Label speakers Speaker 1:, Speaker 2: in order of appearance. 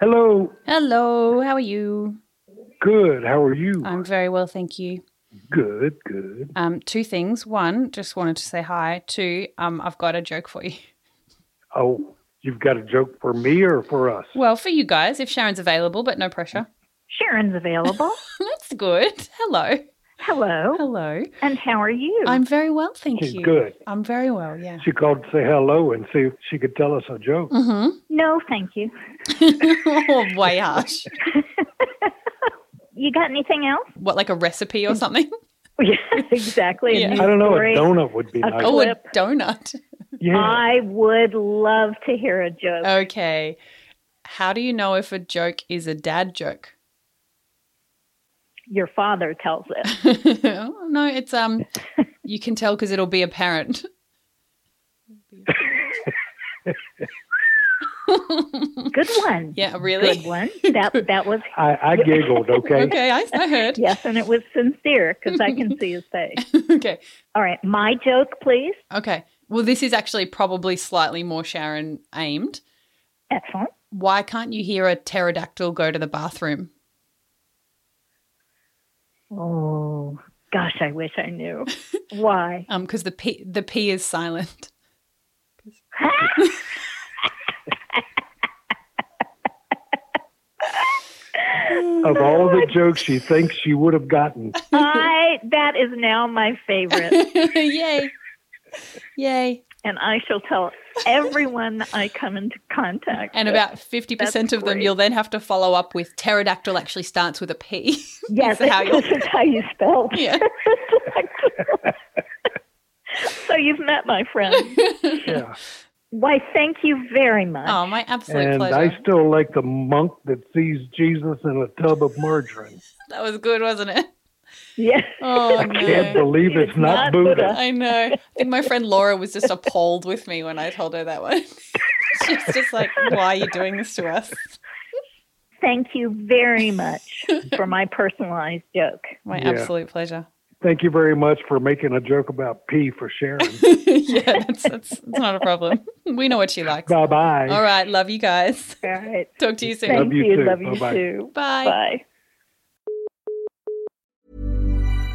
Speaker 1: Hello.
Speaker 2: Hello, how are you?
Speaker 1: Good. How are you?
Speaker 2: I'm very well, thank you.
Speaker 1: good. Good.
Speaker 2: Um, two things. One, just wanted to say hi. Two, um, I've got a joke for you.
Speaker 1: Oh, you've got a joke for me or for us?
Speaker 2: Well, for you guys, if Sharon's available, but no pressure.
Speaker 3: Sharon's available.
Speaker 2: That's good. Hello.
Speaker 3: Hello.
Speaker 2: Hello.
Speaker 3: And how are you?
Speaker 2: I'm very well, thank
Speaker 1: She's
Speaker 2: you.
Speaker 1: good.
Speaker 2: I'm very well, yeah.
Speaker 1: She called to say hello and see if she could tell us a joke.
Speaker 2: Mm-hmm.
Speaker 3: no, thank you.
Speaker 2: oh, way harsh.
Speaker 3: You got anything else?
Speaker 2: What, like a recipe or something?
Speaker 3: Yeah, exactly.
Speaker 2: Yeah.
Speaker 3: A news
Speaker 1: I don't know.
Speaker 3: story.
Speaker 1: A donut would be
Speaker 3: A
Speaker 1: nice.
Speaker 2: Oh, Mm, a
Speaker 3: Flip.
Speaker 2: donut.
Speaker 1: yeah.
Speaker 3: I would love to hear a joke.
Speaker 2: Oh. Okay. How do you know if a joke is a dad joke?
Speaker 3: Your father tells it.
Speaker 2: Oh, no, it's um, you can tell because it'll be apparent.
Speaker 3: Good one.
Speaker 2: yeah, really.
Speaker 3: Good one. That that was
Speaker 1: I, I giggled. Okay.
Speaker 2: Okay, I, I heard.
Speaker 3: yes, and it was sincere because I can see his face.
Speaker 2: okay,
Speaker 3: All right, my joke, please.
Speaker 2: okay. Well, this is actually probably slightly more Sharon aimed.
Speaker 3: Excellent.
Speaker 2: Why can't you hear a pterodactyl go to the bathroom?
Speaker 3: Oh gosh, I wish I knew why.
Speaker 2: Um, because the p the p is silent.
Speaker 1: Of all the jokes she thinks she would have gotten,
Speaker 3: I that is now my favorite.
Speaker 2: Yay! Yay!
Speaker 3: and I shall tell everyone I come into contact.
Speaker 2: And
Speaker 3: with.
Speaker 2: about fifty percent
Speaker 3: That's
Speaker 2: of them,
Speaker 3: great.
Speaker 2: you'll then have to follow up with pterodactyl actually starts with a p.
Speaker 3: yes,
Speaker 2: is how you-
Speaker 3: this is how you spell.
Speaker 2: yeah.
Speaker 3: so you've met my friend.
Speaker 1: yeah.
Speaker 3: Why? Thank you very much.
Speaker 2: Oh, my absolute
Speaker 1: and
Speaker 2: pleasure.
Speaker 1: I still like the monk that sees Jesus in a tub of margarine.
Speaker 2: That was good, wasn't it?
Speaker 3: Yes.
Speaker 2: Oh
Speaker 1: I can't
Speaker 2: no.
Speaker 1: believe it's
Speaker 3: It's
Speaker 1: not,
Speaker 3: not
Speaker 1: Buddha.
Speaker 3: Buddha.
Speaker 2: I know. I think my friend Laura was just appalled with me when I told her that one. She's just like, why are you doing this to us?
Speaker 3: Thank you very much for my personalized joke.
Speaker 2: My
Speaker 1: Yeah.
Speaker 2: absolute pleasure.
Speaker 1: Thank you very much for making a joke about pee for Sharon.
Speaker 2: yeah, that's, that's, that's not a problem. We know what she likes.
Speaker 1: bye bye.
Speaker 2: All right. Love you guys.
Speaker 3: All right.
Speaker 2: Talk to you soon.
Speaker 1: Love
Speaker 3: Thank
Speaker 1: you
Speaker 3: you.
Speaker 1: too.
Speaker 3: Love you
Speaker 1: Bye-bye.
Speaker 3: too.
Speaker 2: Bye.
Speaker 3: Bye.